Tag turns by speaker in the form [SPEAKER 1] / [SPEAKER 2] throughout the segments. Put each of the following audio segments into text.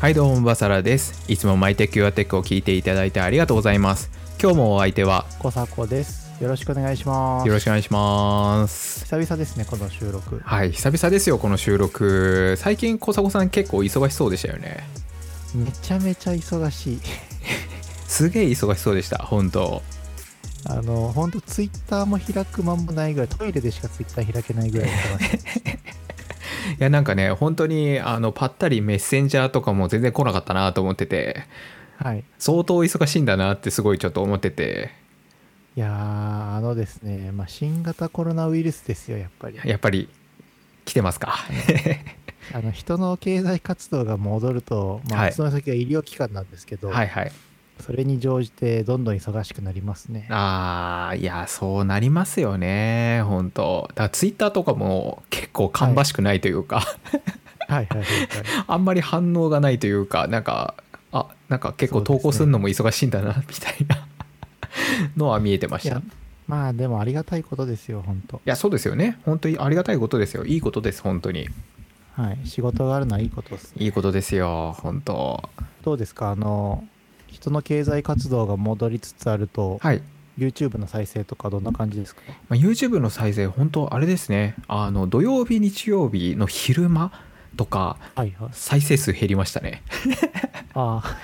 [SPEAKER 1] はいどうもバサラですいつもマイテクユアテックを聞いていただいてありがとうございます今日もお相手は
[SPEAKER 2] コサコです。よろしくお願いします。
[SPEAKER 1] よろしくお願いします
[SPEAKER 2] 久々ですね、この収録。
[SPEAKER 1] はい久々ですよこの収録最近小迫さん結構忙しそうでしたよね
[SPEAKER 2] めちゃめちゃ忙しい。
[SPEAKER 1] すげえ忙しそうでした本当
[SPEAKER 2] あの、ほんとツイッターも開く間もないぐらい、トイレでしかツイッター開けないぐらい忙 しい。
[SPEAKER 1] いやなんかね本当にあのパッタリメッセンジャーとかも全然来なかったなと思ってて
[SPEAKER 2] はい。
[SPEAKER 1] 相当忙しいんだなってすごいちょっと思ってて
[SPEAKER 2] いやー、あのですね、まあ、新型コロナウイルスですよ、やっぱり。
[SPEAKER 1] やっぱり来てますか
[SPEAKER 2] あの、人の経済活動が戻ると、ま
[SPEAKER 1] は
[SPEAKER 2] あ、
[SPEAKER 1] い
[SPEAKER 2] その先は医療機関なんですけど、
[SPEAKER 1] はいはい
[SPEAKER 2] それに乗じてどんどん忙しくなりますね。
[SPEAKER 1] あーいやそうなりますよね本当だからツイッターとかも結構芳しくないというか、
[SPEAKER 2] はいはいはい、はい。
[SPEAKER 1] あんまり反応がないというかなんかあなんか結構投稿するのも忙しいんだな、みたいな のは見えてま
[SPEAKER 2] い
[SPEAKER 1] したい
[SPEAKER 2] や
[SPEAKER 1] や、
[SPEAKER 2] まあ、でもありがたいことですよ、本当
[SPEAKER 1] そうですよね本当にありがたいことですよいいことです本当に
[SPEAKER 2] はい。仕事があるのはいいことですね。
[SPEAKER 1] いいことですよ本当
[SPEAKER 2] どうですかあの人の経済活動が戻りつつあると、
[SPEAKER 1] はい、
[SPEAKER 2] YouTube の再生とかどんな感じですか
[SPEAKER 1] まあ、YouTube の再生本当あれですねあの土曜日日曜日の昼間とか
[SPEAKER 2] はいはい
[SPEAKER 1] 再生数減りましたね
[SPEAKER 2] ああ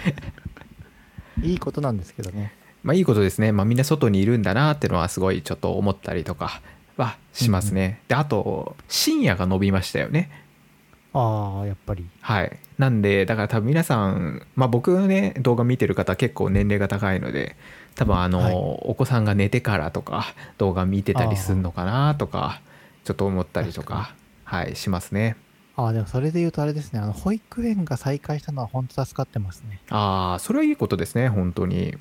[SPEAKER 2] いいことなんですけどね
[SPEAKER 1] まあ、いいことですね、まあ、みんな外にいるんだなってのはすごいちょっと思ったりとかはしますね、であと深夜が伸びましたよね
[SPEAKER 2] ああやっぱり
[SPEAKER 1] はいなんでだから多分皆さん、まあ、僕ね動画見てる方結構年齢が高いので多分あの、
[SPEAKER 2] はい
[SPEAKER 1] お子さんが寝てからとか動画見てたりするのかなとかちょっと思ったりとかはいしますね
[SPEAKER 2] ああでもそれで言うとあれですねあの保育園が再開したのは本当助かってますね
[SPEAKER 1] ああそれはいいことですね本当に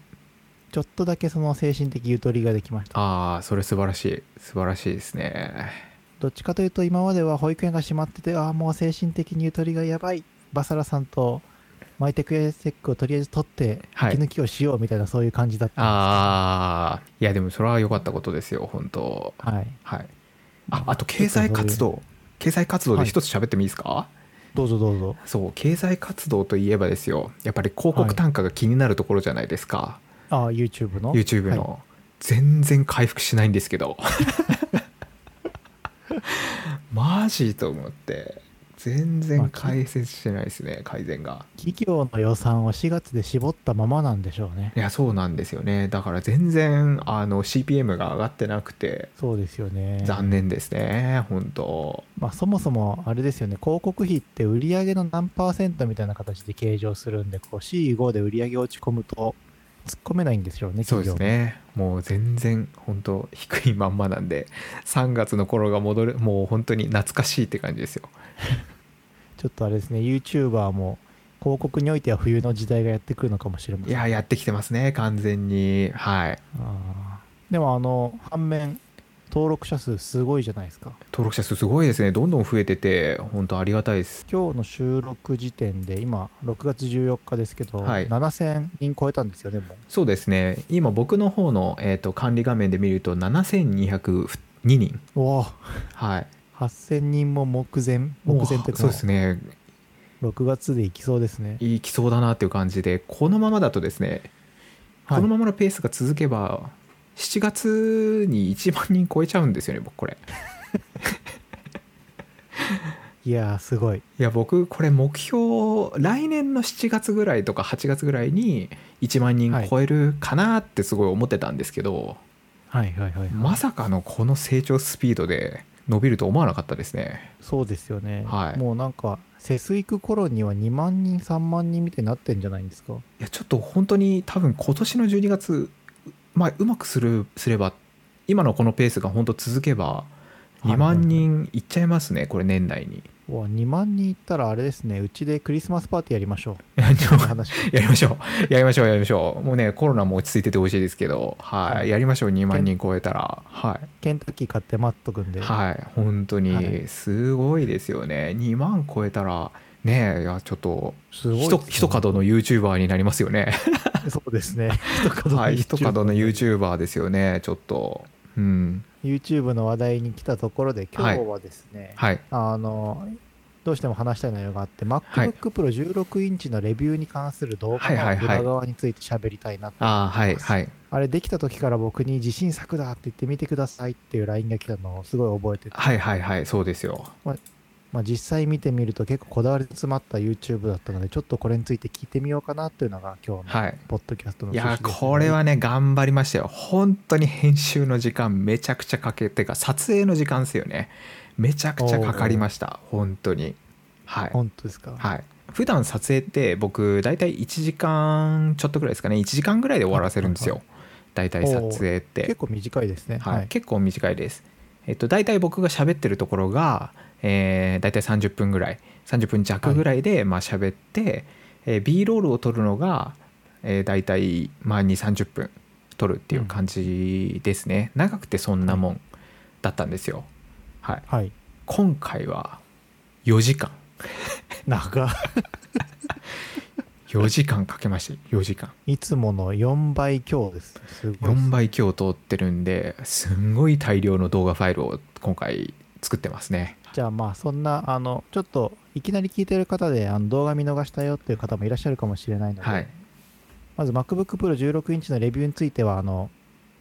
[SPEAKER 2] ちょっとだけその精神的ゆとりができました
[SPEAKER 1] ああそれ素晴らしい素晴らしいですね
[SPEAKER 2] どっちかというと今までは保育園が閉まっててああもう精神的にゆとりがやばいバサラさんとマイテクエセックをとりあえず取って
[SPEAKER 1] はい
[SPEAKER 2] 息抜きをしようみたいなそういう感じだったん
[SPEAKER 1] ああいやでもそれは良かったことですよ本当
[SPEAKER 2] ですはい
[SPEAKER 1] はい。あ、あと経済活動。経済活動で一つ喋ってもいいですか、
[SPEAKER 2] どうぞどうぞ
[SPEAKER 1] そう、経済活動といえばですよ。やっぱり広告単価が気になるところじゃないですか。
[SPEAKER 2] ああ YouTube の
[SPEAKER 1] YouTube の、
[SPEAKER 2] は
[SPEAKER 1] 全然回復しないんですけ ど。マジと思って。全然解説してないですね、改善が。
[SPEAKER 2] 企業の予算を4月で絞ったままなんでしょうね
[SPEAKER 1] いや、そうなんですよね。だから全然、あの、CPM が上がってなくて、
[SPEAKER 2] そうですよね
[SPEAKER 1] 残念ですね、本当
[SPEAKER 2] まあ、そもそもあれですよね広告費って売り上げの何パーセントみたいな形で計上するんでこう C5 で売り上げ落ち込むと突っ込めないんでしょうね
[SPEAKER 1] そうで
[SPEAKER 2] 企業
[SPEAKER 1] すねもう全然本当低いまんまなんで3月の頃が戻るもう本当に懐かしいって感じですよ
[SPEAKER 2] ちょっとあれですね YouTuber も広告においては冬の時代がやってくるのかもしれませ
[SPEAKER 1] い
[SPEAKER 2] ん
[SPEAKER 1] ややってきてますね完全にはい
[SPEAKER 2] あーでもあの反面登録者数すごいじゃないですか
[SPEAKER 1] 登録者数すごいですねどんどん増えてて本当ありがたいです
[SPEAKER 2] 今日の収録時点で今6月14日ですけど、
[SPEAKER 1] はい
[SPEAKER 2] 7000人超えたんですよねもう
[SPEAKER 1] そうですね今僕の方の、えー、と管理画面で見ると7202人
[SPEAKER 2] おお
[SPEAKER 1] はい
[SPEAKER 2] 8000人も目前目前というか
[SPEAKER 1] そうですね
[SPEAKER 2] 6月でいきそうですね
[SPEAKER 1] いきそうだなっていう感じでこのままだとですね
[SPEAKER 2] はい
[SPEAKER 1] このままのペースが続けば7月に1万人超えちゃうんですよね僕これ
[SPEAKER 2] いやーすごい
[SPEAKER 1] いや僕これ目標来年の7月ぐらいとか8月ぐらいに1万人超えるかなってすごい思ってたんですけど、
[SPEAKER 2] はいはいはい、
[SPEAKER 1] まさかのこの成長スピードで伸びると思わなかったですね
[SPEAKER 2] そうですよね、
[SPEAKER 1] はい
[SPEAKER 2] もうなんかセス行く頃には2万人3万人みたいになってんじゃないんですか
[SPEAKER 1] いやちょっと本当に多分今年の12月まあうまくするすれば今のこのペースが本当続けば
[SPEAKER 2] いはいは
[SPEAKER 1] 2
[SPEAKER 2] い
[SPEAKER 1] 万人いっちゃいますねこれ年内に
[SPEAKER 2] うわ2万人いったらあれですねうちでクリスマスパーティーやりましょう話
[SPEAKER 1] やりましょうやりましょうやりましょうもうねコロナも落ち着いててほしいですけどは
[SPEAKER 2] はいい
[SPEAKER 1] やりましょう2万人超えたらはい
[SPEAKER 2] ケンタッキー買って待っとくんで、
[SPEAKER 1] はい本当
[SPEAKER 2] は
[SPEAKER 1] に
[SPEAKER 2] い
[SPEAKER 1] すごいですよね、2万超えたらねえいやちょっと
[SPEAKER 2] すごい
[SPEAKER 1] ひ
[SPEAKER 2] です
[SPEAKER 1] と
[SPEAKER 2] ね
[SPEAKER 1] 一角の YouTuber になりますよね
[SPEAKER 2] そうです ね一角の
[SPEAKER 1] はい一
[SPEAKER 2] YouTuber
[SPEAKER 1] 角の YouTuber ですよねちょっとうん
[SPEAKER 2] YouTube の話題に来たところで今日はですね、
[SPEAKER 1] はい
[SPEAKER 2] あのどうしても話したい内容があって、
[SPEAKER 1] はい
[SPEAKER 2] MacBook Pro 16インチのレビューに関する動画
[SPEAKER 1] はいはい
[SPEAKER 2] の
[SPEAKER 1] はい
[SPEAKER 2] 裏側について喋りたいなって
[SPEAKER 1] ああはいはい
[SPEAKER 2] あれできた時から僕に自信作だって言ってみてくださいっていう LINE が来たのをすごい覚えてて、
[SPEAKER 1] はいはいはいそうですよ
[SPEAKER 2] まあ、実際見てみると結構こだわり詰まった YouTube だったのでちょっとこれについて聞いてみようかなっていうのが今日の
[SPEAKER 1] はい
[SPEAKER 2] ポッドキャストの
[SPEAKER 1] い
[SPEAKER 2] 趣旨
[SPEAKER 1] や
[SPEAKER 2] ですね
[SPEAKER 1] これはね頑張りましたよ本当に編集の時間めちゃくちゃかけてか撮影の時間ですよねめちゃくちゃかかりました本当にはい
[SPEAKER 2] 本当ですか、
[SPEAKER 1] はい普段撮影って僕大体1時間ちょっとぐらいですかね1時間ぐらいで終わらせるんですよ大体撮影って
[SPEAKER 2] 結構短いですね
[SPEAKER 1] はい
[SPEAKER 2] はい、
[SPEAKER 1] 結構短いです。えっと、大体僕が喋ってるところが、えー、大体30分ぐらい30分弱ぐらいで、まあ喋って、えー、B ロールを撮るのが、えー、大体、まあ、2 3 0分撮るっていう感じですね、長くてそんなもんだったんですよ。はい、
[SPEAKER 2] はい、
[SPEAKER 1] 今回は4時間
[SPEAKER 2] 長
[SPEAKER 1] 4時間かけました4時間
[SPEAKER 2] いつもの4倍強ですすごいです
[SPEAKER 1] 4倍強通ってるんですんごい大量の動画ファイルを今回作ってますね。
[SPEAKER 2] じゃあまあそんなあのちょっといきなり聞いてる方であの動画見逃したよっていう方もいらっしゃるかもしれないので、
[SPEAKER 1] はい、
[SPEAKER 2] まず MacBook Pro 16インチのレビューについてはあの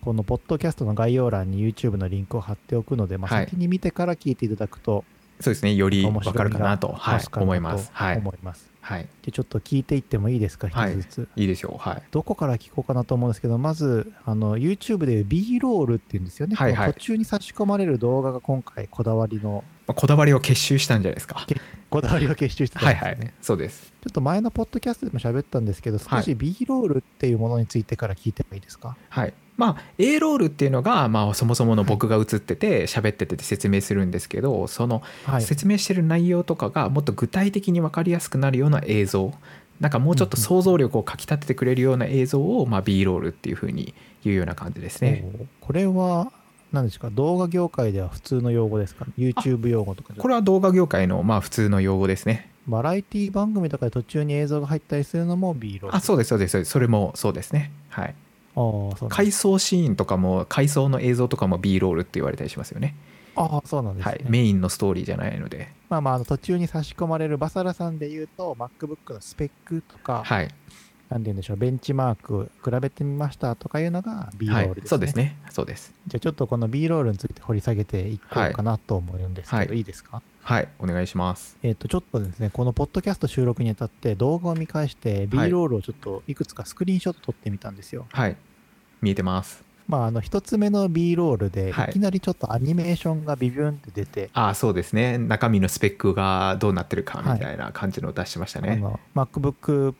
[SPEAKER 2] このポッドキャストの概要欄に YouTube のリンクを貼っておくので、まあ、
[SPEAKER 1] はい
[SPEAKER 2] 先に見てから聞いていただくと
[SPEAKER 1] そうですね、より
[SPEAKER 2] 面
[SPEAKER 1] わ
[SPEAKER 2] 白い
[SPEAKER 1] かるかなと、
[SPEAKER 2] が
[SPEAKER 1] はい
[SPEAKER 2] 助、かる
[SPEAKER 1] 思い
[SPEAKER 2] な
[SPEAKER 1] ます。は
[SPEAKER 2] と
[SPEAKER 1] い、
[SPEAKER 2] 思います。
[SPEAKER 1] はい、
[SPEAKER 2] でちょっと聞いていってもいいですか、
[SPEAKER 1] はい
[SPEAKER 2] 一つずつ。
[SPEAKER 1] いいですよ。はい、
[SPEAKER 2] どこから聞こうかなと思うんですけど、まずあの YouTube でいう B ロールっていうんですよね、
[SPEAKER 1] はいはい
[SPEAKER 2] この途中に差し込まれる動画が今回、こだわりの、
[SPEAKER 1] まあ、こだわりを結集したんじゃないですか。
[SPEAKER 2] こだわりを結集してた
[SPEAKER 1] は
[SPEAKER 2] んで
[SPEAKER 1] い、
[SPEAKER 2] すよね
[SPEAKER 1] はい、そうです。
[SPEAKER 2] ちょっと前のポッドキャストでも喋ったんですけど、
[SPEAKER 1] はい
[SPEAKER 2] 少し B ロールっていうものについてから聞いてもいいですか。
[SPEAKER 1] はい、まあ、A ロールっていうのが、まあ、そもそもの僕が映ってて、喋ってて説明するんですけど、その
[SPEAKER 2] はい、
[SPEAKER 1] 説明してる内容とかが、もっと具体的にわかりやすくなるような映像。なんかもうちょっと
[SPEAKER 2] うんうん
[SPEAKER 1] 想像力をかきたててくれるような映像を、まあ、B ロールっていうふうに言うような感じですね。
[SPEAKER 2] おーこれは何ですか動画業界では普通の用語ですか、YouTube 用語とか
[SPEAKER 1] これは動画業界の、まあ、普通の用語ですね。
[SPEAKER 2] バラエティ番組とかで途中に映像が入ったりするのも B ロール
[SPEAKER 1] あ、そうです、そうです、そうですそれもそうですね。はい。
[SPEAKER 2] あーそうなんです
[SPEAKER 1] 回想シーンとかも回想の映像とかも B ロールって言われたりしますよね
[SPEAKER 2] あーそうなんです
[SPEAKER 1] は
[SPEAKER 2] ね
[SPEAKER 1] い、メインのストーリーじゃないので
[SPEAKER 2] まあまああの途中に差し込まれるバサラさんで言うと MacBook のスペックとか、
[SPEAKER 1] はい、
[SPEAKER 2] なんて言うんでしょうベンチマーク比べてみましたとかいうのが B ロ
[SPEAKER 1] は
[SPEAKER 2] ー
[SPEAKER 1] い
[SPEAKER 2] ルですね、
[SPEAKER 1] そうですねそうです
[SPEAKER 2] じゃあちょっとこの B ロールについて掘り下げていこうかなと思うんですけど、
[SPEAKER 1] はい
[SPEAKER 2] い、いですか
[SPEAKER 1] はいお願いします
[SPEAKER 2] えっ、とちょっとですねこのポッドキャスト収録にあたって動画を見返して B
[SPEAKER 1] はい
[SPEAKER 2] ロールをちょっといくつかスクリーンショット撮ってみたんですよ、
[SPEAKER 1] はい見えてます
[SPEAKER 2] まああの一つ目の B ロールでい
[SPEAKER 1] はい
[SPEAKER 2] きなりちょっとアニメーションがビビュンって出て、
[SPEAKER 1] ああそうですね中身のスペックがどうなってるかみたいな感じのを出してました
[SPEAKER 2] あ
[SPEAKER 1] ね、
[SPEAKER 2] の MacBook Pro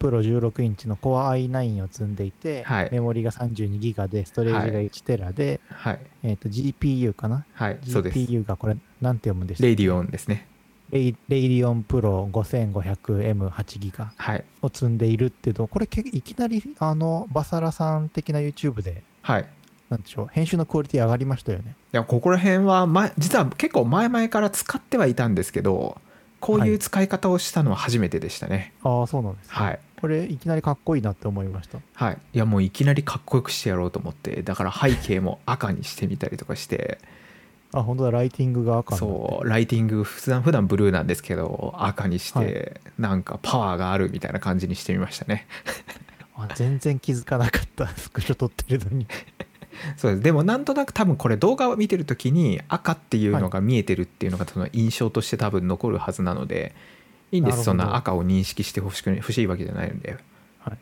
[SPEAKER 2] 16インチの Core i9 を積んでいて、
[SPEAKER 1] はい
[SPEAKER 2] メモリが 32GB でストレージが 1TB で、
[SPEAKER 1] はい
[SPEAKER 2] えっと GPU かな
[SPEAKER 1] はいそうです
[SPEAKER 2] GPU がこれなんて読むんでした
[SPEAKER 1] レイディオンですね
[SPEAKER 2] レイレイリオンプロ 5500M8GB
[SPEAKER 1] はい
[SPEAKER 2] を積んでいるっていうとこれけいきなりあのバサラさん的な YouTube で
[SPEAKER 1] はいい
[SPEAKER 2] なんでしょう編集のクオリティ上がりましたよね
[SPEAKER 1] やここら辺は、ま、実は結構前々から使ってはいたんですけどこういう使い方をしたのは初めてでしたね
[SPEAKER 2] ああそうなんです、
[SPEAKER 1] はい
[SPEAKER 2] これいきなりかっこいいなって思いました
[SPEAKER 1] はい、いやもういきなりかっこよくしてやろうと思ってだから背景も赤にしてみたりとかして
[SPEAKER 2] あ本当だライティングが赤になって
[SPEAKER 1] そうライティング普段普段ブルーなんですけど赤にして、
[SPEAKER 2] は
[SPEAKER 1] なんかパワーがあるみたいな感じにしてみましたね
[SPEAKER 2] あ全然気づかなかった スクショ撮ってるのに
[SPEAKER 1] そうですでもなんとなく多分これ動画を見てる時に赤っていうのが見えてるっていうのがその印象として多分残るはずなのでいいんです
[SPEAKER 2] な
[SPEAKER 1] そ
[SPEAKER 2] るほ
[SPEAKER 1] ん
[SPEAKER 2] ど
[SPEAKER 1] な赤を認識してほしく欲しいわけじゃないので、
[SPEAKER 2] はい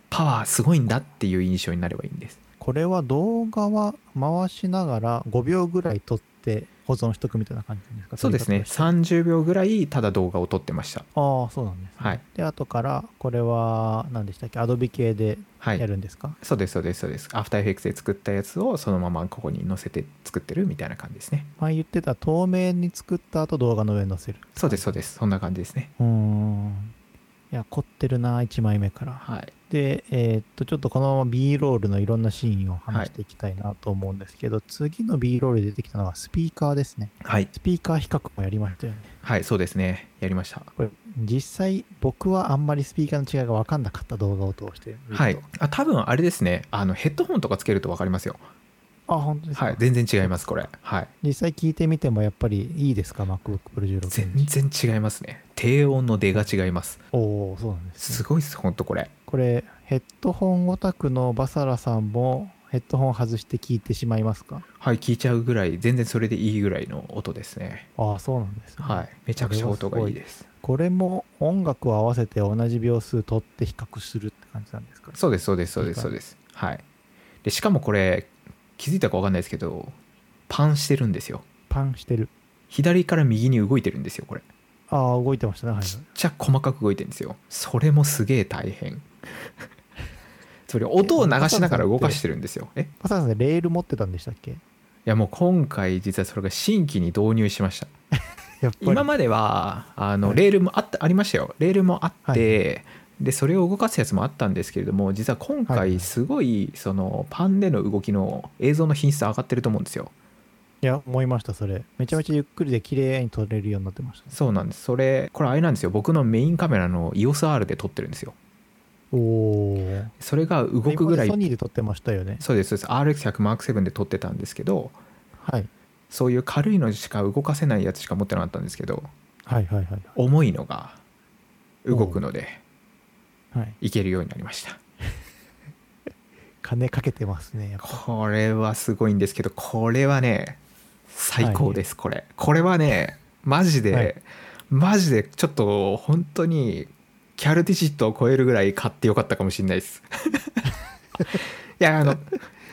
[SPEAKER 1] パワーすごいんだっていう印象になればいいんです
[SPEAKER 2] これは動画は回しながら5秒ぐらい撮って保存しとくみたいな感じなんですか
[SPEAKER 1] そうですね
[SPEAKER 2] 撮り方として
[SPEAKER 1] 30秒ぐらいただ動画を撮ってました
[SPEAKER 2] ああそうなんです、ね
[SPEAKER 1] はい
[SPEAKER 2] で後からこれは何でしたっけアドビ系で
[SPEAKER 1] はい
[SPEAKER 2] やるんですか、
[SPEAKER 1] そうですそうですそうですアフターエフェクツで作ったやつをそのままここに載せて作ってるみたいな感じですね
[SPEAKER 2] 前言ってた透明に作った後動画の上に載せる
[SPEAKER 1] そうですそうですそんな感じですね
[SPEAKER 2] うーんいや凝ってるな1枚目から
[SPEAKER 1] はい
[SPEAKER 2] でえーっとちょっとこのまま B ロールのいろんなシーンを話していきたいなと思うんですけど、次の B ロールで出てきたのはスピーカーですね
[SPEAKER 1] はい、
[SPEAKER 2] スピーカー比較もやりましたよね
[SPEAKER 1] はい、そうですねやりました
[SPEAKER 2] これ実際僕はあんまりスピーカーの違いが分かんなかった動画を通して見ると
[SPEAKER 1] はいあ多分あれですねあのヘッドホンとかつけると分かりますよ
[SPEAKER 2] あ、本当ですか。
[SPEAKER 1] はい、全然違いますこれ、はい、
[SPEAKER 2] 実際聞いてみてもやっぱりいいですか MacBook Pro 16イン
[SPEAKER 1] 全
[SPEAKER 2] チ
[SPEAKER 1] 然違いますね低音の出が違います
[SPEAKER 2] おおそうなんです、
[SPEAKER 1] す
[SPEAKER 2] ね、
[SPEAKER 1] ごいですほんとこれ
[SPEAKER 2] これヘッドホンオタクのバサラさんもヘッドホン外して聞いてしまいますか
[SPEAKER 1] はい聞いちゃうぐらい全然それでいいぐらいの音ですね
[SPEAKER 2] ああそうなんです、ね、
[SPEAKER 1] はいめちゃくちゃ音がいいです
[SPEAKER 2] これも音楽を合わせて同じ秒数取って比較するって感じなんですか
[SPEAKER 1] そうですそうですそうですそうですはいでしかもこれ気づいたか分かんないですけどパンしてるんですよ
[SPEAKER 2] パンしてる
[SPEAKER 1] 左から右に動いてるんですよこれ
[SPEAKER 2] ああ動いてましたねはい
[SPEAKER 1] ちっちゃく細かく動いてるんですよそれもすげえ大変 それ音を流しながら動かしてるんですよえい
[SPEAKER 2] バサラさんレール持ってたんでしたっけ
[SPEAKER 1] やもう今回実はそれが新規に導入しました
[SPEAKER 2] やっぱり
[SPEAKER 1] 今まではあの
[SPEAKER 2] はい
[SPEAKER 1] レールもあったありましたよレールもあって、
[SPEAKER 2] はい
[SPEAKER 1] でそれを動かすやつもあったんですけれども実は今
[SPEAKER 2] はいは
[SPEAKER 1] 回
[SPEAKER 2] い
[SPEAKER 1] すごいそのパンでの動きの映像の品質上がってると思うんですよ
[SPEAKER 2] いや思いましたそれめちゃめちゃゆっくりで綺麗に撮れるようになってました、ね、
[SPEAKER 1] そうなんですそれこれあれなんですよ僕のメインカメラの EOSR で撮ってるんですよ
[SPEAKER 2] おお
[SPEAKER 1] それが動くぐらい
[SPEAKER 2] ソニーで撮ってましたよね
[SPEAKER 1] そうですそうです RX100M7 で撮ってたんですけど
[SPEAKER 2] はい
[SPEAKER 1] そういう軽いのしか動かせないやつしか持ってなかったんですけど
[SPEAKER 2] はいはいはい
[SPEAKER 1] 重いのが動くので
[SPEAKER 2] はい
[SPEAKER 1] いけるようになりました
[SPEAKER 2] 金かけてますねやっぱ
[SPEAKER 1] これはすごいんですけどこれはね最高です、これこれはねマジで、
[SPEAKER 2] はい
[SPEAKER 1] マジでちょっと本当にキャルディジットを超えるぐらい買ってよかったかもしれないです いやあの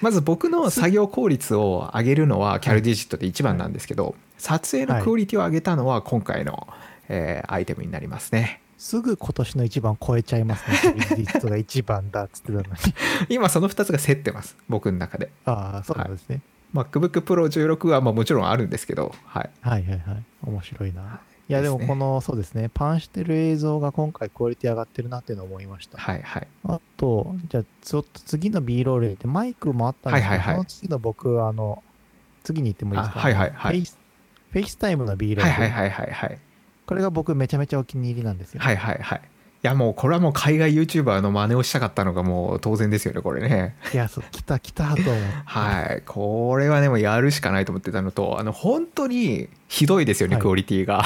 [SPEAKER 1] まず僕の作業効率を上げるのはキャルディジットで一番なんですけど、撮影のクオリティを上げたのは今回の、えーアイテムになりますね
[SPEAKER 2] すぐ今年の一番超えちゃいますね キャビンディストが一番だっつってたのに
[SPEAKER 1] 今その2つが競ってます僕の中で
[SPEAKER 2] ああそうなんですね、
[SPEAKER 1] MacBookPro16 はまあもちろんあるんですけどはい
[SPEAKER 2] はい、はいはい面白いな
[SPEAKER 1] はい
[SPEAKER 2] や
[SPEAKER 1] で
[SPEAKER 2] です
[SPEAKER 1] ね
[SPEAKER 2] もこのそうですねパンしてる映像が今回クオリティ上がってるなっていうのを思いました
[SPEAKER 1] はいはい
[SPEAKER 2] あとじゃあちょっと次の B ロールでマイクもあったんですけど、
[SPEAKER 1] はいはいはい
[SPEAKER 2] その次の僕あの次に行ってもいいですか、
[SPEAKER 1] あはいはいはい
[SPEAKER 2] フェイスフェイスタイムの B ロー
[SPEAKER 1] は
[SPEAKER 2] ル、
[SPEAKER 1] いはいはいはいはい
[SPEAKER 2] これが僕めちゃめちゃお気に入りなんですよ、
[SPEAKER 1] はいはいはいいやもうこれはもう海外 YouTuber の真似をしたかったのがもう当然ですよねこれね
[SPEAKER 2] い、やそう来た来たと思って
[SPEAKER 1] はいこれはねもうやるしかないと思ってたのとあの本当にひどいですよね、
[SPEAKER 2] はい
[SPEAKER 1] クオリティ が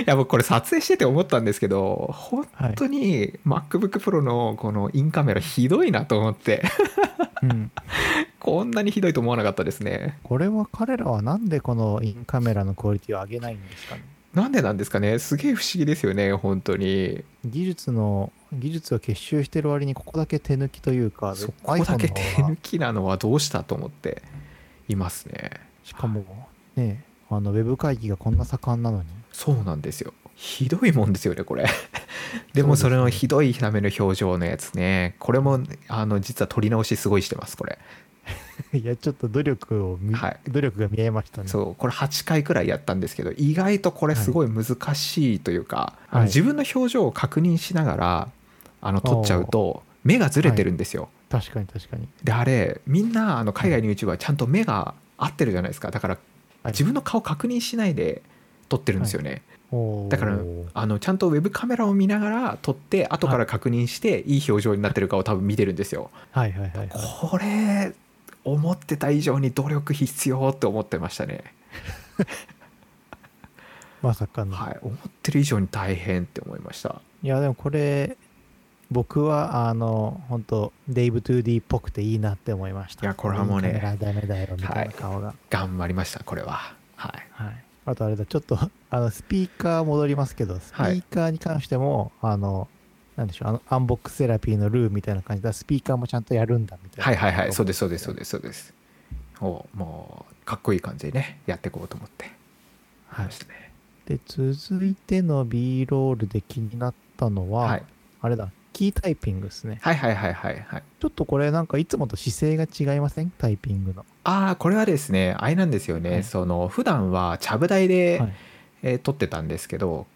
[SPEAKER 1] いや僕これ撮影してて思ったんですけど本
[SPEAKER 2] はい
[SPEAKER 1] 当に MacBookPro のこのインカメラひどいなと思って
[SPEAKER 2] うん、
[SPEAKER 1] こんなにひどいと思わなかったですね
[SPEAKER 2] これは彼らはなんでこのインカメラのクオリティを上げないんですかね
[SPEAKER 1] なんでなんですかねすげえ不思議ですよね本当に
[SPEAKER 2] 技術の技術を結集してる割にここだけ手抜きというか
[SPEAKER 1] そこだけ手
[SPEAKER 2] iPhone の方
[SPEAKER 1] 抜
[SPEAKER 2] が
[SPEAKER 1] きなのはどうしたと思っていますね
[SPEAKER 2] しかもねあのウェブ会議がこんな盛んなのに
[SPEAKER 1] そうなんですよひどいもんですよねこれ でもそ
[SPEAKER 2] そ
[SPEAKER 1] う
[SPEAKER 2] で
[SPEAKER 1] れ
[SPEAKER 2] すね
[SPEAKER 1] のひどいための表情のやつねこれもあの実は撮り直しすごいしてますこれ
[SPEAKER 2] いやちょっと努力を見、
[SPEAKER 1] はい
[SPEAKER 2] 努力が見えましたね
[SPEAKER 1] そうこれ8回くらいやったんですけど意外とこれすごい難しいというか、あの
[SPEAKER 2] はい
[SPEAKER 1] 自分の表情を確認しながらあの撮っちゃうと目がずれてるんですよ、
[SPEAKER 2] 確かに確かに
[SPEAKER 1] であれみんなあの海外の YouTuber はちゃんと目が合ってるじゃないですかだから
[SPEAKER 2] はい
[SPEAKER 1] 自分の顔確認しないで撮ってるんですよね、
[SPEAKER 2] おー
[SPEAKER 1] だからあのちゃんとウェブカメラを見ながら撮って後から確認していい表情になってるかを多分見てるんですよ
[SPEAKER 2] はいはいはいはい
[SPEAKER 1] これ思ってた以上に努力必要って思ってましたね
[SPEAKER 2] まさかの、
[SPEAKER 1] はい思ってる以上に大変って思いました
[SPEAKER 2] い、やでもこれ僕はあの本当デイブ・トゥ・ディっぽくていいなって思いました
[SPEAKER 1] いやこれはもうね
[SPEAKER 2] インカメラダメだよみたいな顔が、
[SPEAKER 1] 頑張りましたこれははい
[SPEAKER 2] はい、あとあれだちょっと あのスピーカー戻りますけどスピ
[SPEAKER 1] はい
[SPEAKER 2] ーカーに関しても、あのなんでしょうあのアンボックスセラピーのルーみたいな感じでスピーカーもちゃんとやるんだみたいな
[SPEAKER 1] はいはいはいそうですそうですそうですそうですおもうかっこいい感じでねやっていこうと思って
[SPEAKER 2] はい
[SPEAKER 1] ましたね
[SPEAKER 2] で続いての B ロールで気になったのは、
[SPEAKER 1] はい
[SPEAKER 2] あれだキータイピングですね
[SPEAKER 1] はいはいはいはいはい
[SPEAKER 2] ちょっとこれなんかいつもと姿勢が違いませんタイピングの
[SPEAKER 1] ああこれはですねあれなんですよね、
[SPEAKER 2] はい
[SPEAKER 1] その普段はちゃぶ台で、
[SPEAKER 2] はい
[SPEAKER 1] えー撮ってたんですけど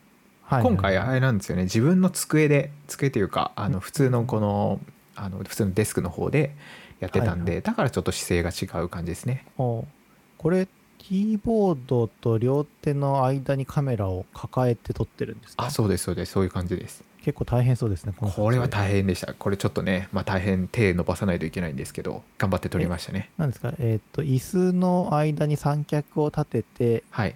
[SPEAKER 2] はい
[SPEAKER 1] 今回あ
[SPEAKER 2] はい
[SPEAKER 1] れなんですよね自分の机で机というかあ
[SPEAKER 2] うん
[SPEAKER 1] の普通のこのあの普通のデスクの方でやってたんで、
[SPEAKER 2] はい
[SPEAKER 1] だからちょっと姿勢が違う感じですね
[SPEAKER 2] おうこれキーボードと両手の間にカメラを抱えて撮ってるんですか
[SPEAKER 1] あそうですそうですそういう感じです
[SPEAKER 2] 結構大変そうですねこの撮影
[SPEAKER 1] これは大変でしたこれちょっとね、まあ、大変手伸ばさないといけないんですけど頑張って撮りましたね
[SPEAKER 2] なんですかえーっと椅子の間に三脚を立てて
[SPEAKER 1] はい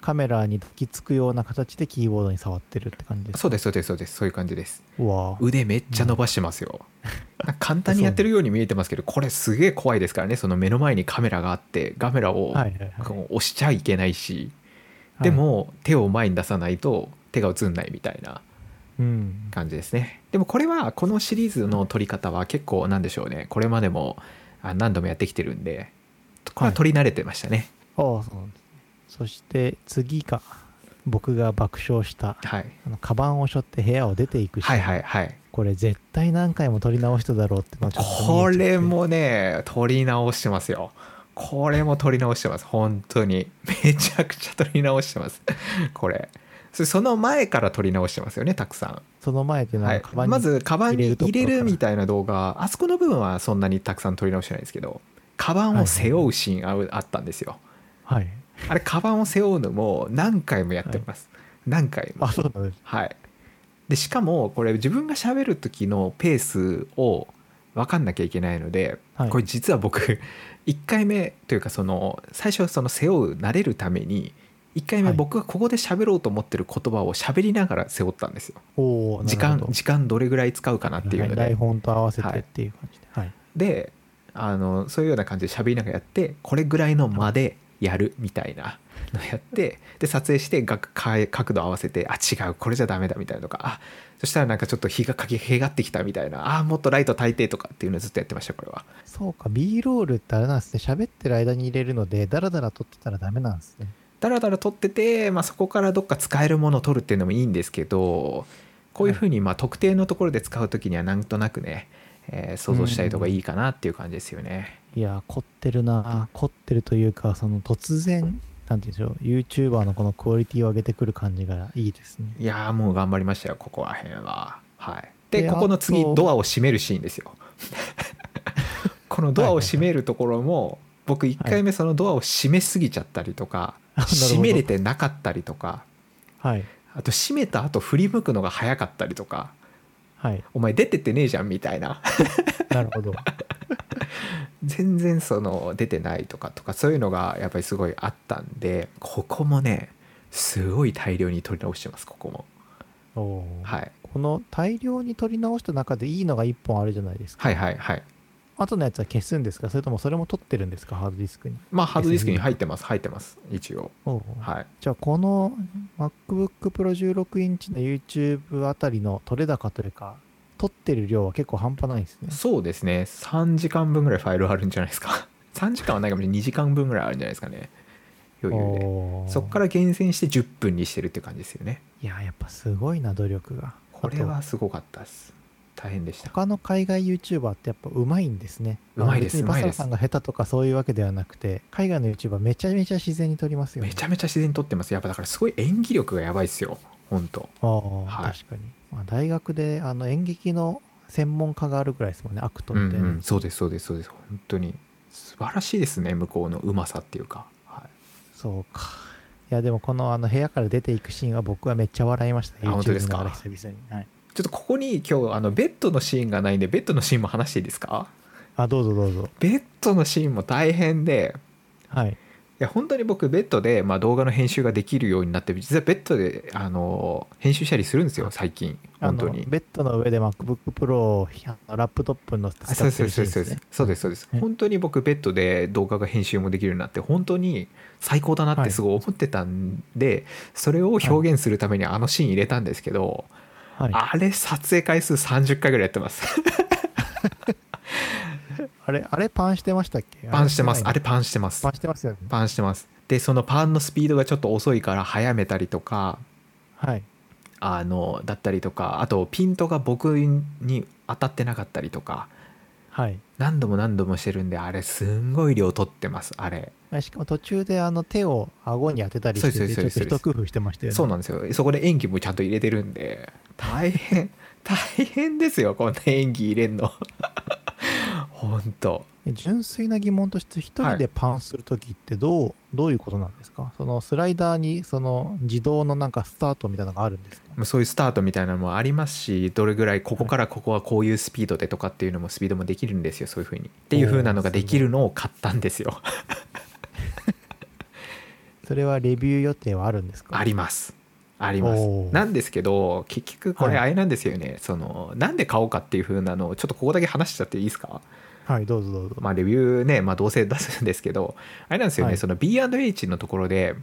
[SPEAKER 2] カメラに抱きつくような形でキーボードに触ってるって感じです
[SPEAKER 1] そうですそうですそうですそういう感じです
[SPEAKER 2] うわ
[SPEAKER 1] 腕めっちゃ伸ばしてますよ、なんか簡単にやってるように見えてますけどこれすげえ怖いですからねその目の前にカメラがあってカメラを
[SPEAKER 2] はいはいはい
[SPEAKER 1] こう押しちゃいけないし、
[SPEAKER 2] はい
[SPEAKER 1] でも手を前に出さないと手が映んないみたいな
[SPEAKER 2] うん
[SPEAKER 1] 感じですねでもこれはこのシリーズの撮り方は結構なんでしょうねこれまでもあ何度もやってきてるんでこれは撮り慣れてましたね
[SPEAKER 2] ああそうなんですねそして次が僕が爆笑した
[SPEAKER 1] はい、
[SPEAKER 2] あのカバンを背負って部屋を出ていくし、
[SPEAKER 1] はいはいはい
[SPEAKER 2] これ絶対何回も撮り直しただろうってのはちょっと
[SPEAKER 1] こ
[SPEAKER 2] 見えちゃって
[SPEAKER 1] れもね撮り直してますよこれも撮り直してます本当にめちゃくちゃ撮り直してますこれそその前から撮り直してますよねたくさん
[SPEAKER 2] その前っていうの
[SPEAKER 1] は
[SPEAKER 2] はいカバンに、
[SPEAKER 1] まずカバンに
[SPEAKER 2] 入れるとこ
[SPEAKER 1] 入
[SPEAKER 2] ろ
[SPEAKER 1] れる
[SPEAKER 2] から
[SPEAKER 1] みたいな動画あそこの部分はそんなにたくさん撮り直してないですけどカバンを背負うシーンあうあったんですよ
[SPEAKER 2] はい
[SPEAKER 1] あれカバンを背負うのも何回もやってます、何回も
[SPEAKER 2] あそうなんです
[SPEAKER 1] はいでしかもこれ自分が喋る時のペースを分かんなきゃいけないので、
[SPEAKER 2] はい
[SPEAKER 1] これ実は僕1 回目というかその最初その背負う慣れるために1回目
[SPEAKER 2] はい
[SPEAKER 1] 僕がここで喋ろうと思ってる言葉を喋りながら背負ったんですよ、
[SPEAKER 2] おお
[SPEAKER 1] 時間時間どれぐらい使うかなっていうので、
[SPEAKER 2] 台本と合わせ
[SPEAKER 1] は
[SPEAKER 2] て
[SPEAKER 1] い
[SPEAKER 2] っていう感じではい、
[SPEAKER 1] であのそういうような感じで喋りながらやってこれぐらいの間でやるみたいなのやってで撮影してがか角度合わせてあ違うこれじゃダメだみたいなとかあそしたらなんかちょっと日がかけへがってきたみたいなあもっとライト焚いてとかっていうのをずっとやってましたこれは
[SPEAKER 2] そうか B ロールってあれなんですね喋ってる間に入れるのでダラダラ撮ってたらダメなんですね
[SPEAKER 1] だらだら撮ってて、まあ、そこからどっか使えるものを撮るっていうのもいいんですけどこういうふうにまあ特定のところで使う時にはなんとなくね、えー想像したりとかいいかなっていう感じですよね。
[SPEAKER 2] いやー凝ってるなー凝ってるというかその突然なんて言うんでしょう YouTuber のこのクオリティを上げてくる感じがいいですね
[SPEAKER 1] いやーもう頑張りましたよここら辺ははい
[SPEAKER 2] い
[SPEAKER 1] で
[SPEAKER 2] や
[SPEAKER 1] ここの次
[SPEAKER 2] そう
[SPEAKER 1] ドアを閉めるシーンです よこのドアを閉めるところも僕1回目そのドアを閉めすぎちゃったりとか、
[SPEAKER 2] なるほど
[SPEAKER 1] 閉めれてなかったりとか
[SPEAKER 2] はい
[SPEAKER 1] あと閉めた後振り向くのが早かったりとか
[SPEAKER 2] はい
[SPEAKER 1] お前出てってねえじゃんみたいな
[SPEAKER 2] なるほ ど
[SPEAKER 1] 全然その出てないとかとかそういうのがやっぱりすごいあったんでここもねすごい大量に取り直してますここも
[SPEAKER 2] おおー、
[SPEAKER 1] はい
[SPEAKER 2] この大量に撮り直した中でいいのが1本あるじゃないですか
[SPEAKER 1] はいはいはい
[SPEAKER 2] 後のやつは消すんですかそれともそれも取ってるんですかハードディスクに
[SPEAKER 1] まあハードディスクに入ってます入ってます一応
[SPEAKER 2] おう
[SPEAKER 1] はい
[SPEAKER 2] じゃあこの MacBook Pro 16インチの YouTube あたりの取れ高というか取ってる量は結構半端ないですね
[SPEAKER 1] そうですね3時間分ぐらいファイルあるんじゃないですか 3時間はないかもしれない2時間分ぐらいあるんじゃないですかね余裕で
[SPEAKER 2] おー
[SPEAKER 1] そっから厳選して10分にしてるって感じですよね
[SPEAKER 2] いややっぱすごいな努力が
[SPEAKER 1] これはすごかったです大変でし
[SPEAKER 2] あと
[SPEAKER 1] た
[SPEAKER 2] 他の海外 YouTuber ってやっぱうまいんですね
[SPEAKER 1] うまいです
[SPEAKER 2] あの別に
[SPEAKER 1] うま
[SPEAKER 2] バ
[SPEAKER 1] い
[SPEAKER 2] サ
[SPEAKER 1] で
[SPEAKER 2] ラ
[SPEAKER 1] す
[SPEAKER 2] さんが下手とかそういうわけではなくて海外の YouTuber めちゃめちゃ自然に撮りますよね
[SPEAKER 1] めちゃめちゃ自然に撮ってますやっぱだからすごい演技力がやばいっすよ本当
[SPEAKER 2] ああ、
[SPEAKER 1] はい
[SPEAKER 2] 確かに、まあ、大学であの演劇の専門家があるぐらいですもんねアクト
[SPEAKER 1] うん
[SPEAKER 2] みたいな、
[SPEAKER 1] うんそうですそうですそうです本当に素晴らしいですね向こうのうまさっていうか、は
[SPEAKER 2] そうかいやでもこのあの部屋から出ていくシーンは僕はめっちゃ笑いました
[SPEAKER 1] あ本当ですか
[SPEAKER 2] YouTube の中で久々に、はい、
[SPEAKER 1] い、ちょっとここに今日あのベッドのシーンがないんでベッドのシーンも話していいですか
[SPEAKER 2] あどうぞどうぞ
[SPEAKER 1] ベッドのシーンも大変で
[SPEAKER 2] はい
[SPEAKER 1] いや本当に僕ベッドで、まあ、動画の編集ができるようになって実はベッドであの編集したりするんですよ最近
[SPEAKER 2] あ
[SPEAKER 1] 本
[SPEAKER 2] の
[SPEAKER 1] 当に。
[SPEAKER 2] ベッドの上で MacBookPro をあのラップトップの使
[SPEAKER 1] あ
[SPEAKER 2] っ
[SPEAKER 1] そう
[SPEAKER 2] て
[SPEAKER 1] そう
[SPEAKER 2] るシ
[SPEAKER 1] そ
[SPEAKER 2] ー
[SPEAKER 1] うそうです
[SPEAKER 2] ンですね
[SPEAKER 1] そうですそうです
[SPEAKER 2] はい
[SPEAKER 1] 本当に僕ベッドで動画が編集もできるようになって本当に最高だなってすごい思ってたんで、それを表現するためにあのシーン入れたんですけど、
[SPEAKER 2] はい、あ
[SPEAKER 1] あれ撮影回数30回ぐらいやってます
[SPEAKER 2] れあれパンしてましたっけ
[SPEAKER 1] パンしてますあ
[SPEAKER 2] れ
[SPEAKER 1] れパンしてます
[SPEAKER 2] パンしてますよね
[SPEAKER 1] パンしてますでそのパンのスピードがちょっと遅いから早めたりとか
[SPEAKER 2] はい
[SPEAKER 1] あのだったりとかあとピントが僕に当たってなかったりとか
[SPEAKER 2] はい
[SPEAKER 1] 何度も何度もしてるんであれすんごい量取ってますあれ
[SPEAKER 2] あしかも途中であの手を顎に当てたりして
[SPEAKER 1] そうです
[SPEAKER 2] てち
[SPEAKER 1] そうで
[SPEAKER 2] ょっ
[SPEAKER 1] す
[SPEAKER 2] と一工夫してましたよね
[SPEAKER 1] そうなんですよそこで演技もちゃんと入れてるん で大変大変ですよこんな演技入れんのほんと
[SPEAKER 2] え純粋な疑問として一人でパンするときってどう、どういうことなんですかそのスライダーにその自動のなんかスタートみたいなのがあるんですか
[SPEAKER 1] まあそういうスタートみたいなのもありますしどれぐらいここからここはこういうスピードでとかっていうのもスピードもできるんですよそういうふうにっていうふうなのができるのを買ったんですよ
[SPEAKER 2] それはレビュー予定はあるんですか
[SPEAKER 1] ありますあります
[SPEAKER 2] おー
[SPEAKER 1] なんですけど結局これ
[SPEAKER 2] は
[SPEAKER 1] あれなんですよね、そのなんで買おうかっていうふうなのをちょっとここだけ話しちゃっていいですか
[SPEAKER 2] はい、どうぞどうぞ。
[SPEAKER 1] まあ、レビューね、まあ、どうせ出すんですけどあれなんですよね、
[SPEAKER 2] はい
[SPEAKER 1] その B&H のところで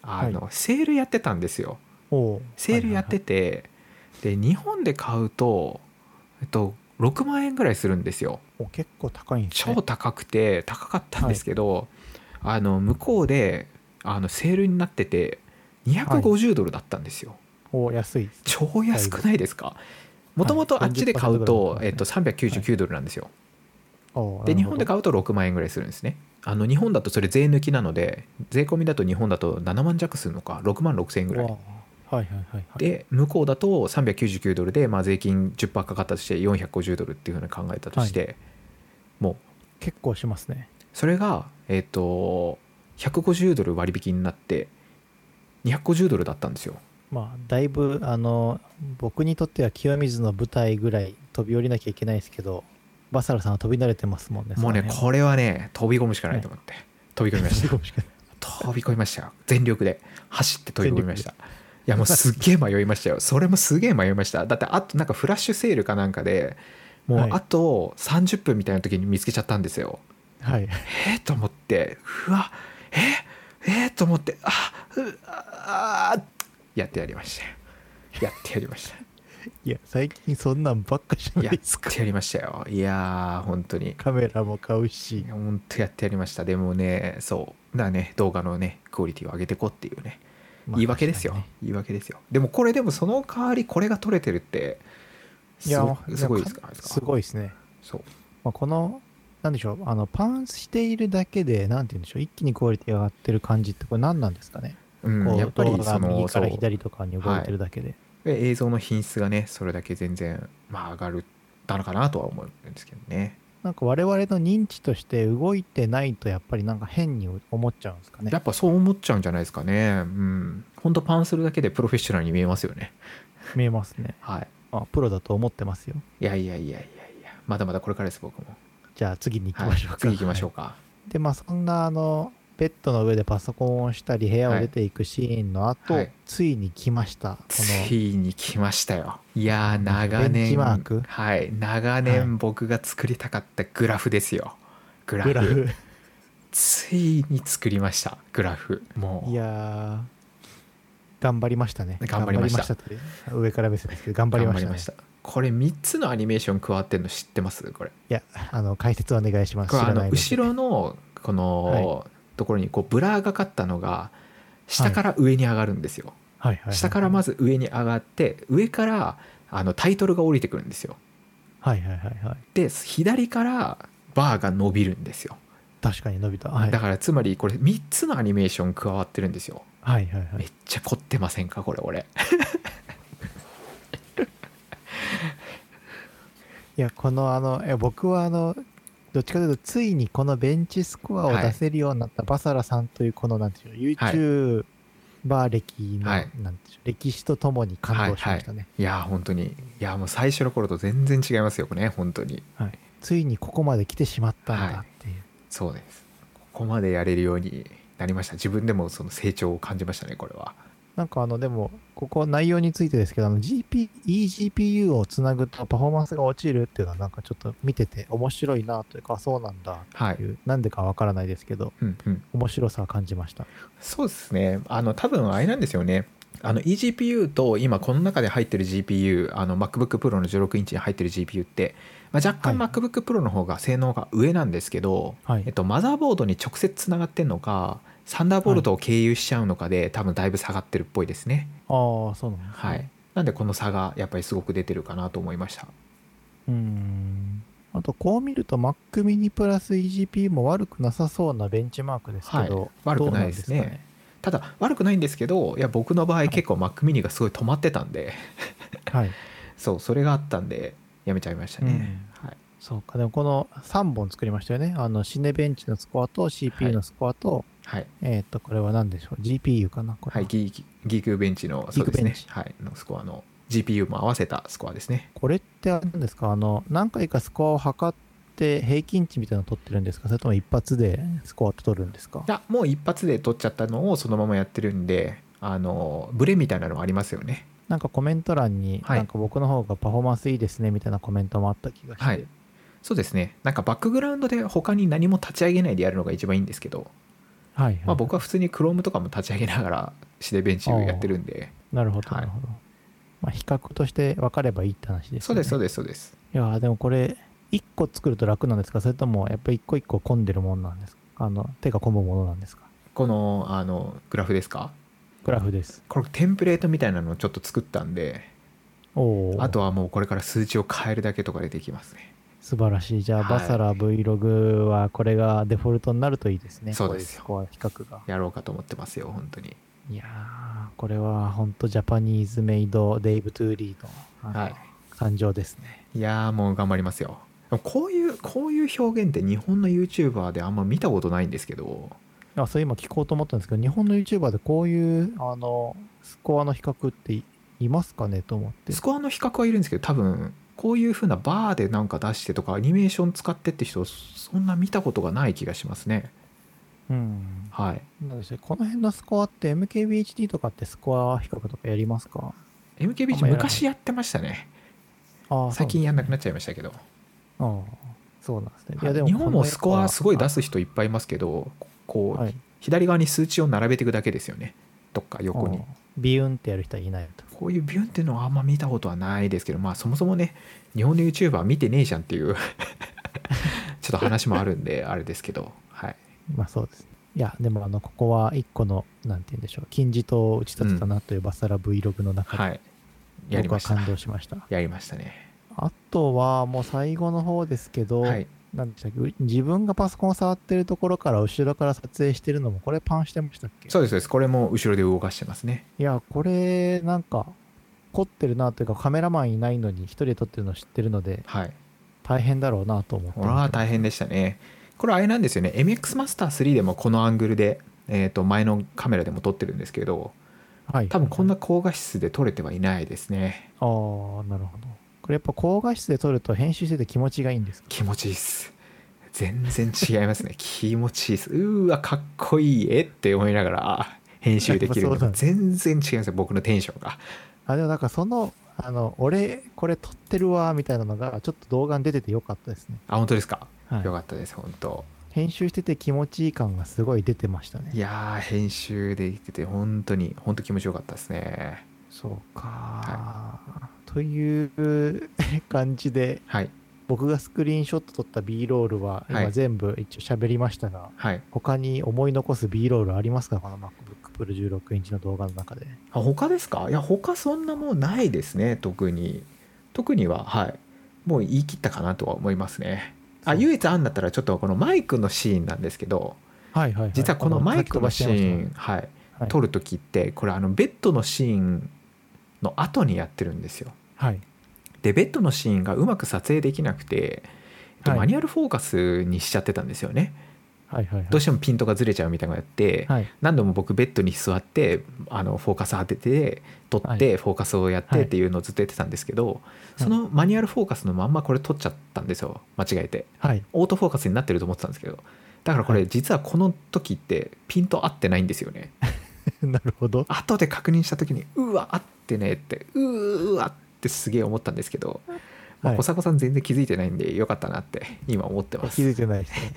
[SPEAKER 1] あの、セールやってたんですよ
[SPEAKER 2] おう
[SPEAKER 1] セールやっ
[SPEAKER 2] は
[SPEAKER 1] てて、で日本で買うと、えっと、6万円ぐらいするんですよ
[SPEAKER 2] いはいはいお結構高いんですね
[SPEAKER 1] 超。高くて高かったんですけど、あの向こうであのセールになってて250ドルだったんですよ、
[SPEAKER 2] お安いですね。
[SPEAKER 1] 超安くないですかもともとあっちで買うと、
[SPEAKER 2] 40%
[SPEAKER 1] えっと、399ドルなんですよ、
[SPEAKER 2] おう
[SPEAKER 1] で
[SPEAKER 2] な
[SPEAKER 1] 日
[SPEAKER 2] るほ
[SPEAKER 1] 本で
[SPEAKER 2] ど
[SPEAKER 1] 買うと6万円ぐらいするんですねあの日本だとそれ税抜きなので税込みだと日本だと7万弱するのか6万6千円ぐらい
[SPEAKER 2] わあはいはいはいはい。
[SPEAKER 1] で向こうだと399ドルで、まあ、税金10%かかったとして450ドルっていうふうに考えたとして、も
[SPEAKER 2] 結構しますね。
[SPEAKER 1] うそれがえっ、と150ドル割引になって250ドルだったんですよ
[SPEAKER 2] まあ、だいぶ、あの、僕にとっては清水の舞台ぐらい飛び降りなきゃいけないですけど、バサラさんは飛び慣れてますもんね。
[SPEAKER 1] もうね
[SPEAKER 2] その辺
[SPEAKER 1] これはね飛び込むしかないと思って、飛び込みま した
[SPEAKER 2] 飛び込むしかない
[SPEAKER 1] 飛び込みましたよ全力で走って飛び込みましたいやもうすっげえ迷いましたよそれもすげえ迷いましただってあとなんかフラッシュセールかなんかでも
[SPEAKER 2] は
[SPEAKER 1] う
[SPEAKER 2] い
[SPEAKER 1] あと30分みたいな時に見つけちゃったんですよ、
[SPEAKER 2] はい。
[SPEAKER 1] えーと思ってうわええーと思ってあうああやってやりましたよやってやりました
[SPEAKER 2] いや、最近そんなんばっかじゃな
[SPEAKER 1] や
[SPEAKER 2] い
[SPEAKER 1] っ
[SPEAKER 2] ですか。
[SPEAKER 1] てやりましたよいやー本当に
[SPEAKER 2] カメラも買うし
[SPEAKER 1] いや、本当やってやりましたでもねそうだからね動画のねクオリティを上げてこうっていうね
[SPEAKER 2] まあ
[SPEAKER 1] 言い訳ですよ、
[SPEAKER 2] 確か
[SPEAKER 1] 言い訳ですよでもこれでもその代わりこれが取れてるって
[SPEAKER 2] にねい
[SPEAKER 1] すご
[SPEAKER 2] や、
[SPEAKER 1] すごい
[SPEAKER 2] で
[SPEAKER 1] です
[SPEAKER 2] も
[SPEAKER 1] か
[SPEAKER 2] かすご
[SPEAKER 1] い
[SPEAKER 2] いですね。
[SPEAKER 1] そう
[SPEAKER 2] まあ、この、なんでしょう、あの、パンしているだけで、なんて言うんでしょう、一気にクオリティ上がってる感じって、これ何なんですかね。
[SPEAKER 1] うん、
[SPEAKER 2] こう
[SPEAKER 1] やっぱり
[SPEAKER 2] 動画が
[SPEAKER 1] そ
[SPEAKER 2] 右
[SPEAKER 1] の
[SPEAKER 2] か
[SPEAKER 1] そう
[SPEAKER 2] ら左とかに動いてるだけで。
[SPEAKER 1] で映像の品質がねそれだけ全然、まあ、上がるたのかなとは思うんですけどね
[SPEAKER 2] なんか我々の認知として動いてないとやっぱりなんか変に思っちゃうんですかね
[SPEAKER 1] や。っぱそう思っちゃうんじゃないですかねうん本当パンするだけでプロフェッショナルに見えますよね
[SPEAKER 2] 見えますね。
[SPEAKER 1] はい
[SPEAKER 2] まあ、プロだと思ってますよ。
[SPEAKER 1] いやいやいやいやいやまだまだこれからです僕も、
[SPEAKER 2] じゃあ次に行き
[SPEAKER 1] はい
[SPEAKER 2] ましょうか。
[SPEAKER 1] 次行きましょう
[SPEAKER 2] は
[SPEAKER 1] か、
[SPEAKER 2] い。で、まあそんなあの、ベッドの上でパソコンをしたり部屋を出ていくシーンの後、
[SPEAKER 1] はい
[SPEAKER 2] ついに来ました。こ
[SPEAKER 1] ついに来ましたよいやー長
[SPEAKER 2] ベンチ
[SPEAKER 1] 年
[SPEAKER 2] マーク
[SPEAKER 1] はい長
[SPEAKER 2] はい
[SPEAKER 1] 年僕が作りたかったグラフですよグラ
[SPEAKER 2] の
[SPEAKER 1] フ
[SPEAKER 2] グラフ。
[SPEAKER 1] ついに作りましたグラフもう
[SPEAKER 2] いやー、頑張りましたね。
[SPEAKER 1] 頑張りました
[SPEAKER 2] 頑張りましたって上から目線ですけど、頑張りました、ね。
[SPEAKER 1] これ3つのアニメーション加わってるの知ってますこれ
[SPEAKER 2] いや、あの、解説お願いします。
[SPEAKER 1] これあ
[SPEAKER 2] 知らな
[SPEAKER 1] の
[SPEAKER 2] いで
[SPEAKER 1] 後ろのこのところにこうブラーがかったのが下から上に上がるんですよ、
[SPEAKER 2] はいはいはい
[SPEAKER 1] 下からまず上に上がって上からあのタイトルが降りてくるんですよ
[SPEAKER 2] はいはいはいはい。
[SPEAKER 1] で左からバーが伸びるんですよ
[SPEAKER 2] 確かに伸びた。はい。
[SPEAKER 1] だからつまりこれ3つのアニメーション加わってるんですよ
[SPEAKER 2] はいはいは
[SPEAKER 1] め
[SPEAKER 2] い。
[SPEAKER 1] っちゃ凝ってませんかこれ俺
[SPEAKER 2] いや、このあの、いや僕はあの、どっちかというと、ついにこのベンチスコアを
[SPEAKER 1] はい
[SPEAKER 2] 出せるようになったバサラさんという、この、なんていうの、
[SPEAKER 1] はい
[SPEAKER 2] YouTuber 歴の、
[SPEAKER 1] はい
[SPEAKER 2] なんていうの歴史とともに感動しましたね。
[SPEAKER 1] いやー本当にいやーもう最初の頃と全然違いますよね本当に
[SPEAKER 2] ついにここまで来てしまったんだっていう。
[SPEAKER 1] そうですここまでやれるようになりました自分でもその成長を感じましたねこれは
[SPEAKER 2] なんかあの、でも、ここ内容についてですけど、あの、GP、eGPU をつなぐとパフォーマンスが落ちるっていうのは、なんかちょっと見てて面白いなというか、あそうなんだ
[SPEAKER 1] はい
[SPEAKER 2] っていう、なんでかわからないですけど、
[SPEAKER 1] うんうん
[SPEAKER 2] 面白さを感じました。
[SPEAKER 1] そうですねあの多分あれなんですよねあの eGPU と今この中で入ってる GPU あの MacBookPro の16インチに入ってる GPU って、まあ、若干
[SPEAKER 2] はい
[SPEAKER 1] MacBookPro の方が性能が上なんですけど、
[SPEAKER 2] はい
[SPEAKER 1] えっ。と、マザーボードに直接つながってんのかサンダーボルトを経由しちゃうのかで、多分だいぶ下がってるっぽいですね
[SPEAKER 2] ああ、そうなんですね
[SPEAKER 1] はいなんでこの差がやっぱりすごく出てるかなと思いました
[SPEAKER 2] うーんあとこう見ると Mac mini プラス EGP も悪くなさそうなベンチマークですけど、
[SPEAKER 1] はい悪くないですね
[SPEAKER 2] どうなん
[SPEAKER 1] ただ悪くないんですけどいや僕の場合結構 Mac mini がすごい止まってたんで、
[SPEAKER 2] ですかねはい、
[SPEAKER 1] そうそれがあったんでやめちゃいましたね、はい
[SPEAKER 2] そうか、でもこの3本作りましたよね。あの、シネベンチのスコアと CPU のスコアと、
[SPEAKER 1] はい、
[SPEAKER 2] えーっと、これは何でしょう ?GPU かなこれ
[SPEAKER 1] はい、ギーギークベンチのそ
[SPEAKER 2] ギー
[SPEAKER 1] う
[SPEAKER 2] ク
[SPEAKER 1] で
[SPEAKER 2] ベ
[SPEAKER 1] すね
[SPEAKER 2] ンチ、
[SPEAKER 1] はい、のスコアの GPU も合わせたスコアですね
[SPEAKER 2] これってあれなんですかあの、何回かスコアを測って平均値みたいなの取ってるんですかそれとも一発でスコア取るんですか
[SPEAKER 1] いやもう一発で取っちゃったのをそのままやってるんであのブレみたいなのもありますよね
[SPEAKER 2] なんかコメント欄に、
[SPEAKER 1] はい
[SPEAKER 2] なんか僕の方がパフォーマンスいいですねみたいなコメントもあった気がして。
[SPEAKER 1] はいそうですねなんかバックグラウンドで他に何も立ち上げないでやるのが一番いいんですけど、
[SPEAKER 2] はい、
[SPEAKER 1] まあ、僕は普通に Chrome とかも立ち上げながらシネベンチをやってるんで
[SPEAKER 2] なるほど、
[SPEAKER 1] はい
[SPEAKER 2] なるほど。まあ、比較として分かればいいって話です、ね。
[SPEAKER 1] そうですそう
[SPEAKER 2] で
[SPEAKER 1] ですそうです
[SPEAKER 2] す。いやーでもこれ、1個作ると楽なんですかそれとも、やっぱり1個1個混んでるもんなんですかあの、手が混むものなんですか
[SPEAKER 1] このあのグラフですか
[SPEAKER 2] グラフです。
[SPEAKER 1] これテンプレートみたいなのをちょっと作ったんで
[SPEAKER 2] おお。
[SPEAKER 1] あとはもうこれから数値を変えるだけとかでできますね
[SPEAKER 2] 素晴らしい。じゃあ、
[SPEAKER 1] はい
[SPEAKER 2] バサラ Vlog はこれがデフォルトになるといいですね。
[SPEAKER 1] そうですよ
[SPEAKER 2] こういうスコア比較が。
[SPEAKER 1] やろうかと思ってますよ本当に
[SPEAKER 2] いやー、これは本当ジャパニーズメイドデイブ・トゥーリーのあの
[SPEAKER 1] はい
[SPEAKER 2] 誕生ですね。
[SPEAKER 1] いやーもう頑張りますよでもこういうこういう表現って日本の YouTuber であんま見たことないんですけど
[SPEAKER 2] あそう今聞こうと思ったんですけど、日本の YouTuber でこういうあのスコアの比較っていいますかねと思って
[SPEAKER 1] ス。コアの比較はいるんですけど多分こういう風なバーでなんか出してとかアニメーション使ってって人そんな見たことがない気がしますね
[SPEAKER 2] うん。
[SPEAKER 1] はい
[SPEAKER 2] なんでしょうこの辺のスコアって MKBHD とかってスコア比較とかやりますか
[SPEAKER 1] MKB
[SPEAKER 2] あんまやらない
[SPEAKER 1] 昔やってましたね
[SPEAKER 2] ああ。
[SPEAKER 1] 最近やんなく
[SPEAKER 2] な
[SPEAKER 1] なっちゃいましたけど
[SPEAKER 2] ああ。そうなんですね。い
[SPEAKER 1] は
[SPEAKER 2] や
[SPEAKER 1] い
[SPEAKER 2] でも
[SPEAKER 1] 日本もスコアすごい出
[SPEAKER 2] す。
[SPEAKER 1] す人いっぱいいますけどこう、
[SPEAKER 2] はい
[SPEAKER 1] 左側に数値を並べていくだけですよねどっか横に
[SPEAKER 2] ああビューンってやる人はいないと。
[SPEAKER 1] こういうビュンっていうのはあんま見たことはないですけどまあそもそもね日本の YouTuber 見てねえじゃんっていう ちょっと話もあるんであれですけどはい
[SPEAKER 2] まあそうです。いや、でもあの、ここは一個の、なんて言うんでしょう、金字塔を打ち立てたなというバサラ Vlog の中で、
[SPEAKER 1] はいやり
[SPEAKER 2] 僕
[SPEAKER 1] ま
[SPEAKER 2] は
[SPEAKER 1] した
[SPEAKER 2] 感動しました。
[SPEAKER 1] やりましたね
[SPEAKER 2] あとは、もう最後の方ですけど、
[SPEAKER 1] はい
[SPEAKER 2] なんでしたっけ、う自分がパソコンを触ってるところから後ろから撮影してるのも、これパンしてましたっけ
[SPEAKER 1] そうですそうですこれも後ろで動かしてますね
[SPEAKER 2] いや、これ、なんか、凝ってるなというか、カメラマンいないのに一人で撮ってるの知ってるので、
[SPEAKER 1] はい
[SPEAKER 2] 大変だろうなと思って。
[SPEAKER 1] これは大変でしたねこれあれなんですよね MX マスター3でもこのアングルで、えー、と前のカメラでも撮ってるんですけど
[SPEAKER 2] はい。
[SPEAKER 1] 多分こんな高画質で撮れてはいないですね
[SPEAKER 2] ああ、なるほど。これやっぱ高画質で撮ると編集してて気持ちがいいんですか
[SPEAKER 1] 気持ちいいっす全然違いますね 気持ちいいっすうーわかっこいいえって思いながら編集できるの
[SPEAKER 2] やっぱそうだ
[SPEAKER 1] が
[SPEAKER 2] ね
[SPEAKER 1] 全然違いますよ僕のテンションが
[SPEAKER 2] あでもなんかその、あの、俺、これ撮ってるわ、みたいなのが、ちょっと動画に出ててよかったですね。
[SPEAKER 1] あ本当ですか、
[SPEAKER 2] はい
[SPEAKER 1] よかったです本当
[SPEAKER 2] 編集してて気持ちいい感がすごい出てました
[SPEAKER 1] い
[SPEAKER 2] ね。
[SPEAKER 1] やー編集できてて本当に本当気持ちよかったですね
[SPEAKER 2] そうか、という感じで、
[SPEAKER 1] はい
[SPEAKER 2] 僕がスクリーンショット撮った B ロールは、
[SPEAKER 1] は
[SPEAKER 2] 今
[SPEAKER 1] い
[SPEAKER 2] 全部一応喋りましたが、
[SPEAKER 1] はい
[SPEAKER 2] 他に思い残す B ロールありますかこの MacBook Pro 16インチの動画の中で。
[SPEAKER 1] あ他ですかいや他そんなもうないですね特に特にははいもう言い切ったかなとは思いますねあ
[SPEAKER 2] そう
[SPEAKER 1] 唯一あんだったらちょっとこのマイクのシーンなんですけど
[SPEAKER 2] はいはい、はい。
[SPEAKER 1] 実はこのマイクのシーン、はい、
[SPEAKER 2] はい
[SPEAKER 1] 撮る時ってこれあのベッドのシーンの後にやってるんですよ
[SPEAKER 2] はい。
[SPEAKER 1] でベッドのシーンがうまく撮影できなくて、えっと
[SPEAKER 2] はい
[SPEAKER 1] マニュアルフォーカスにしちゃってたんですよね
[SPEAKER 2] はいはいはい。
[SPEAKER 1] どうしてもピントがずれちゃうみたいなのやって、
[SPEAKER 2] はい。
[SPEAKER 1] 何度も僕ベッドに座ってあのフォーカス当てて撮っ
[SPEAKER 2] は
[SPEAKER 1] てフォーカスをやってっていうのをずっとやってたんですけど、そのマニュアルフォーカスのまんまこれ撮っちゃったんですよ間違えて
[SPEAKER 2] はい。
[SPEAKER 1] オートフォーカスになってると思ってたんですけどだからこれ実はこの時ってピント合ってないんですよね
[SPEAKER 2] なるほど。
[SPEAKER 1] 後で確認した時にうわ合ってねってうーうわってすげえ思ったんですけど、まあ、
[SPEAKER 2] はい
[SPEAKER 1] 小迫さん全然気づいてないんでよかったなって今思ってま
[SPEAKER 2] 気づ
[SPEAKER 1] す
[SPEAKER 2] いてない ですね。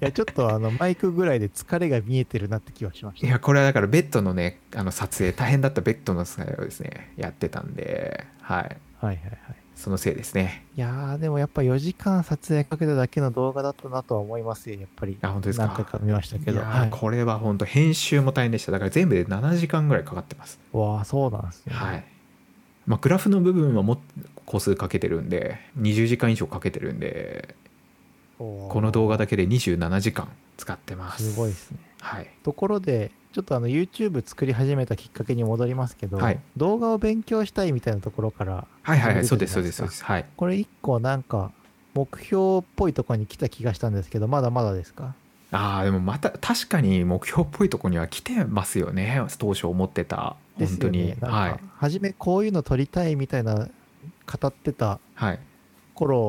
[SPEAKER 2] いや、ちょっとあの、マイクぐらいで疲れが見えてるなって気はしまし
[SPEAKER 1] い
[SPEAKER 2] た。
[SPEAKER 1] やこれはだからベッドのねあの撮影大変だったベッドの撮影をですねやってたんではい
[SPEAKER 2] はいはいはい。
[SPEAKER 1] そのせいですね
[SPEAKER 2] いやー、でもやっぱ4時間撮影かけただけの動画だったなとは思いますよ、やっぱり。
[SPEAKER 1] あ本当ですか
[SPEAKER 2] 何回か見ましたけ
[SPEAKER 1] い
[SPEAKER 2] ど。
[SPEAKER 1] やー
[SPEAKER 2] はい、
[SPEAKER 1] これは本当編集も大変でしただから全部で7時間ぐらいかかってます
[SPEAKER 2] わあ、そうなんですね。
[SPEAKER 1] はい。まあ、グラフの部分はもっ個数かけてるんで20時間以上かけてるんでこ
[SPEAKER 2] こ
[SPEAKER 1] の動画だけで27時間使ってます
[SPEAKER 2] すごいですね。
[SPEAKER 1] はい
[SPEAKER 2] ところで、ちょっとあの YouTube 作り始めたきっかけに戻りますけど、
[SPEAKER 1] はい
[SPEAKER 2] 動画を勉強したいみたいなところから、
[SPEAKER 1] はいはいはいそう
[SPEAKER 2] そ
[SPEAKER 1] うで
[SPEAKER 2] で
[SPEAKER 1] すすそうですそうですはい
[SPEAKER 2] これ一個なんか、目標っぽいところに来た気がしたんですけど、まだまだですか
[SPEAKER 1] ああでもまた確かに目標っぽいとこには来てますよね当初思ってた
[SPEAKER 2] です
[SPEAKER 1] 本当
[SPEAKER 2] よ
[SPEAKER 1] に、
[SPEAKER 2] ね。なんか
[SPEAKER 1] はい
[SPEAKER 2] 初めこういうの撮りたいみたいな語ってた
[SPEAKER 1] はい
[SPEAKER 2] 頃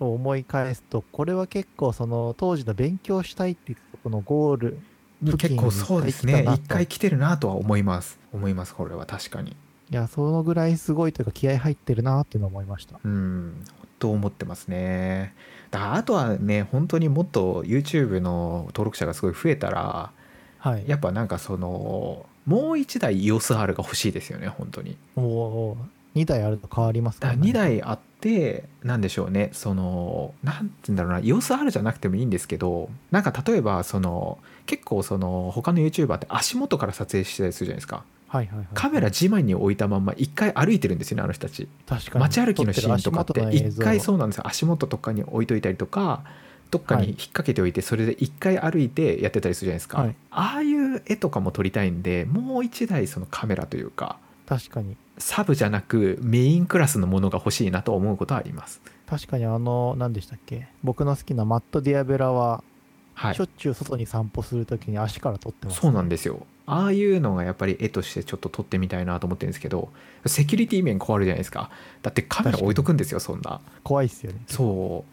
[SPEAKER 2] を思い返すと、これは結構その当時の勉強したいっていうとこのゴール、
[SPEAKER 1] に結構そうですね
[SPEAKER 2] 一回来たなと
[SPEAKER 1] 一回来てるなとは思います思いますこれは確かに
[SPEAKER 2] いや、そのぐらいすごいというか気合入ってるなっていうのを思いました。
[SPEAKER 1] うんと思ってますねだからあとはね本当にもっと YouTube の登録者がすごい増えたら
[SPEAKER 2] はい。
[SPEAKER 1] やっぱなんかそのもう一台 EOSR が欲しいですよね本当に
[SPEAKER 2] おお2台あると変わります
[SPEAKER 1] だ
[SPEAKER 2] か、
[SPEAKER 1] からら2台あってなんでしょうねそのなんて言うんだろうな EOSR じゃなくてもいいんですけどなんか例えばその結構その他の YouTuber って足元から撮影してたりするじゃないですか
[SPEAKER 2] はいはいはい、
[SPEAKER 1] カメラ地面に置いたまんま一回歩いてるんですよねあの人たち
[SPEAKER 2] 確かに
[SPEAKER 1] 街歩きのシーンとかって一回
[SPEAKER 2] う
[SPEAKER 1] そうなんですよ足元とかに置いといたりとかどっか
[SPEAKER 2] は
[SPEAKER 1] に
[SPEAKER 2] い
[SPEAKER 1] 引っ掛けておいてそれで一回歩いてやってたりするじゃないですか、
[SPEAKER 2] はい
[SPEAKER 1] ああいう絵とかも撮りたいんでもう一台そのカメラというか
[SPEAKER 2] 確かに
[SPEAKER 1] サブじゃなくメインクラスのものが欲しいなと思うことはあります。
[SPEAKER 2] 確かにあの何でしたっけ僕の好きなマット・ディアベラは、
[SPEAKER 1] はい
[SPEAKER 2] しょ、っちゅう外に散歩するときに足から撮ってます
[SPEAKER 1] そうなんですよああいうのがやっぱり絵としてちょっと撮ってみたいなと思ってるんですけどセキュリティ面変わるじゃないですかだってカメラ置いとくんですよそんな
[SPEAKER 2] 怖いっすよね
[SPEAKER 1] そ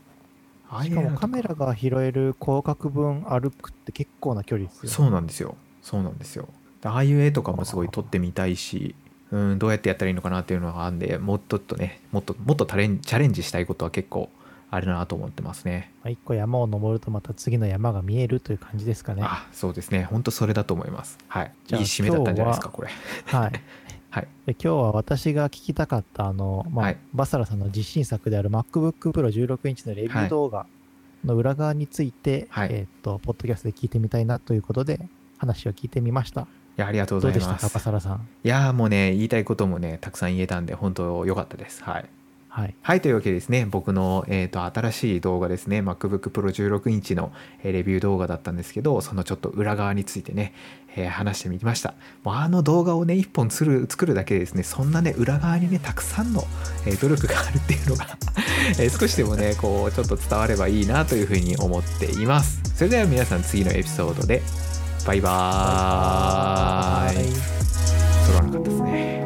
[SPEAKER 1] うああい
[SPEAKER 2] し
[SPEAKER 1] う
[SPEAKER 2] か
[SPEAKER 1] のと
[SPEAKER 2] もカメラが拾える広角分歩くって結構な距離ですよね
[SPEAKER 1] そうなんですよそうなんですよああいう絵とかもすごい撮ってみたいしうんどうやってやったらいいのかなっていうのがあるんでもっとっとねもっともっとタレンチャレンジしたいことは結構あるなと思ってますね
[SPEAKER 2] まあ一個山を登るとまた次の山が見えるという感じですかねは
[SPEAKER 1] あそうですね本当それだと思いますはいい
[SPEAKER 2] じ
[SPEAKER 1] い
[SPEAKER 2] ゃあ
[SPEAKER 1] 締めだったんじゃないですかこれ
[SPEAKER 2] い
[SPEAKER 1] はい
[SPEAKER 2] で今日は私が聞きたかったあの、まあ
[SPEAKER 1] はい
[SPEAKER 2] バサラさんの実信作である MacBookPro16 インチのレビュ
[SPEAKER 1] はい
[SPEAKER 2] ー動画の裏側について、
[SPEAKER 1] はい
[SPEAKER 2] えーっとポッドキャストで聞いてみたいなということで話を聞いてみました
[SPEAKER 1] いやありがとう
[SPEAKER 2] ど
[SPEAKER 1] ござ
[SPEAKER 2] う
[SPEAKER 1] い
[SPEAKER 2] でした
[SPEAKER 1] ま
[SPEAKER 2] か
[SPEAKER 1] す
[SPEAKER 2] バサラさん
[SPEAKER 1] いやーもうね言いたいこともねたくさん言えたんで本当良かったですはい
[SPEAKER 2] はい
[SPEAKER 1] はいというわけでですね僕の、えー、と新しい動画ですね MacBook Pro 16インチの、えーレビュー動画だったんですけどそのちょっと裏側についてね、えー話してみましたもうあの動画をね1本つる作るだけでですねそんなね裏側にねたくさんの、えー努力があるっていうのが、 えー少しでもねこうちょっと伝わればいいなというふうに思っていますそれでは皆さん次のエピソードでバイバーイ
[SPEAKER 2] はい
[SPEAKER 1] 揃わなかったですね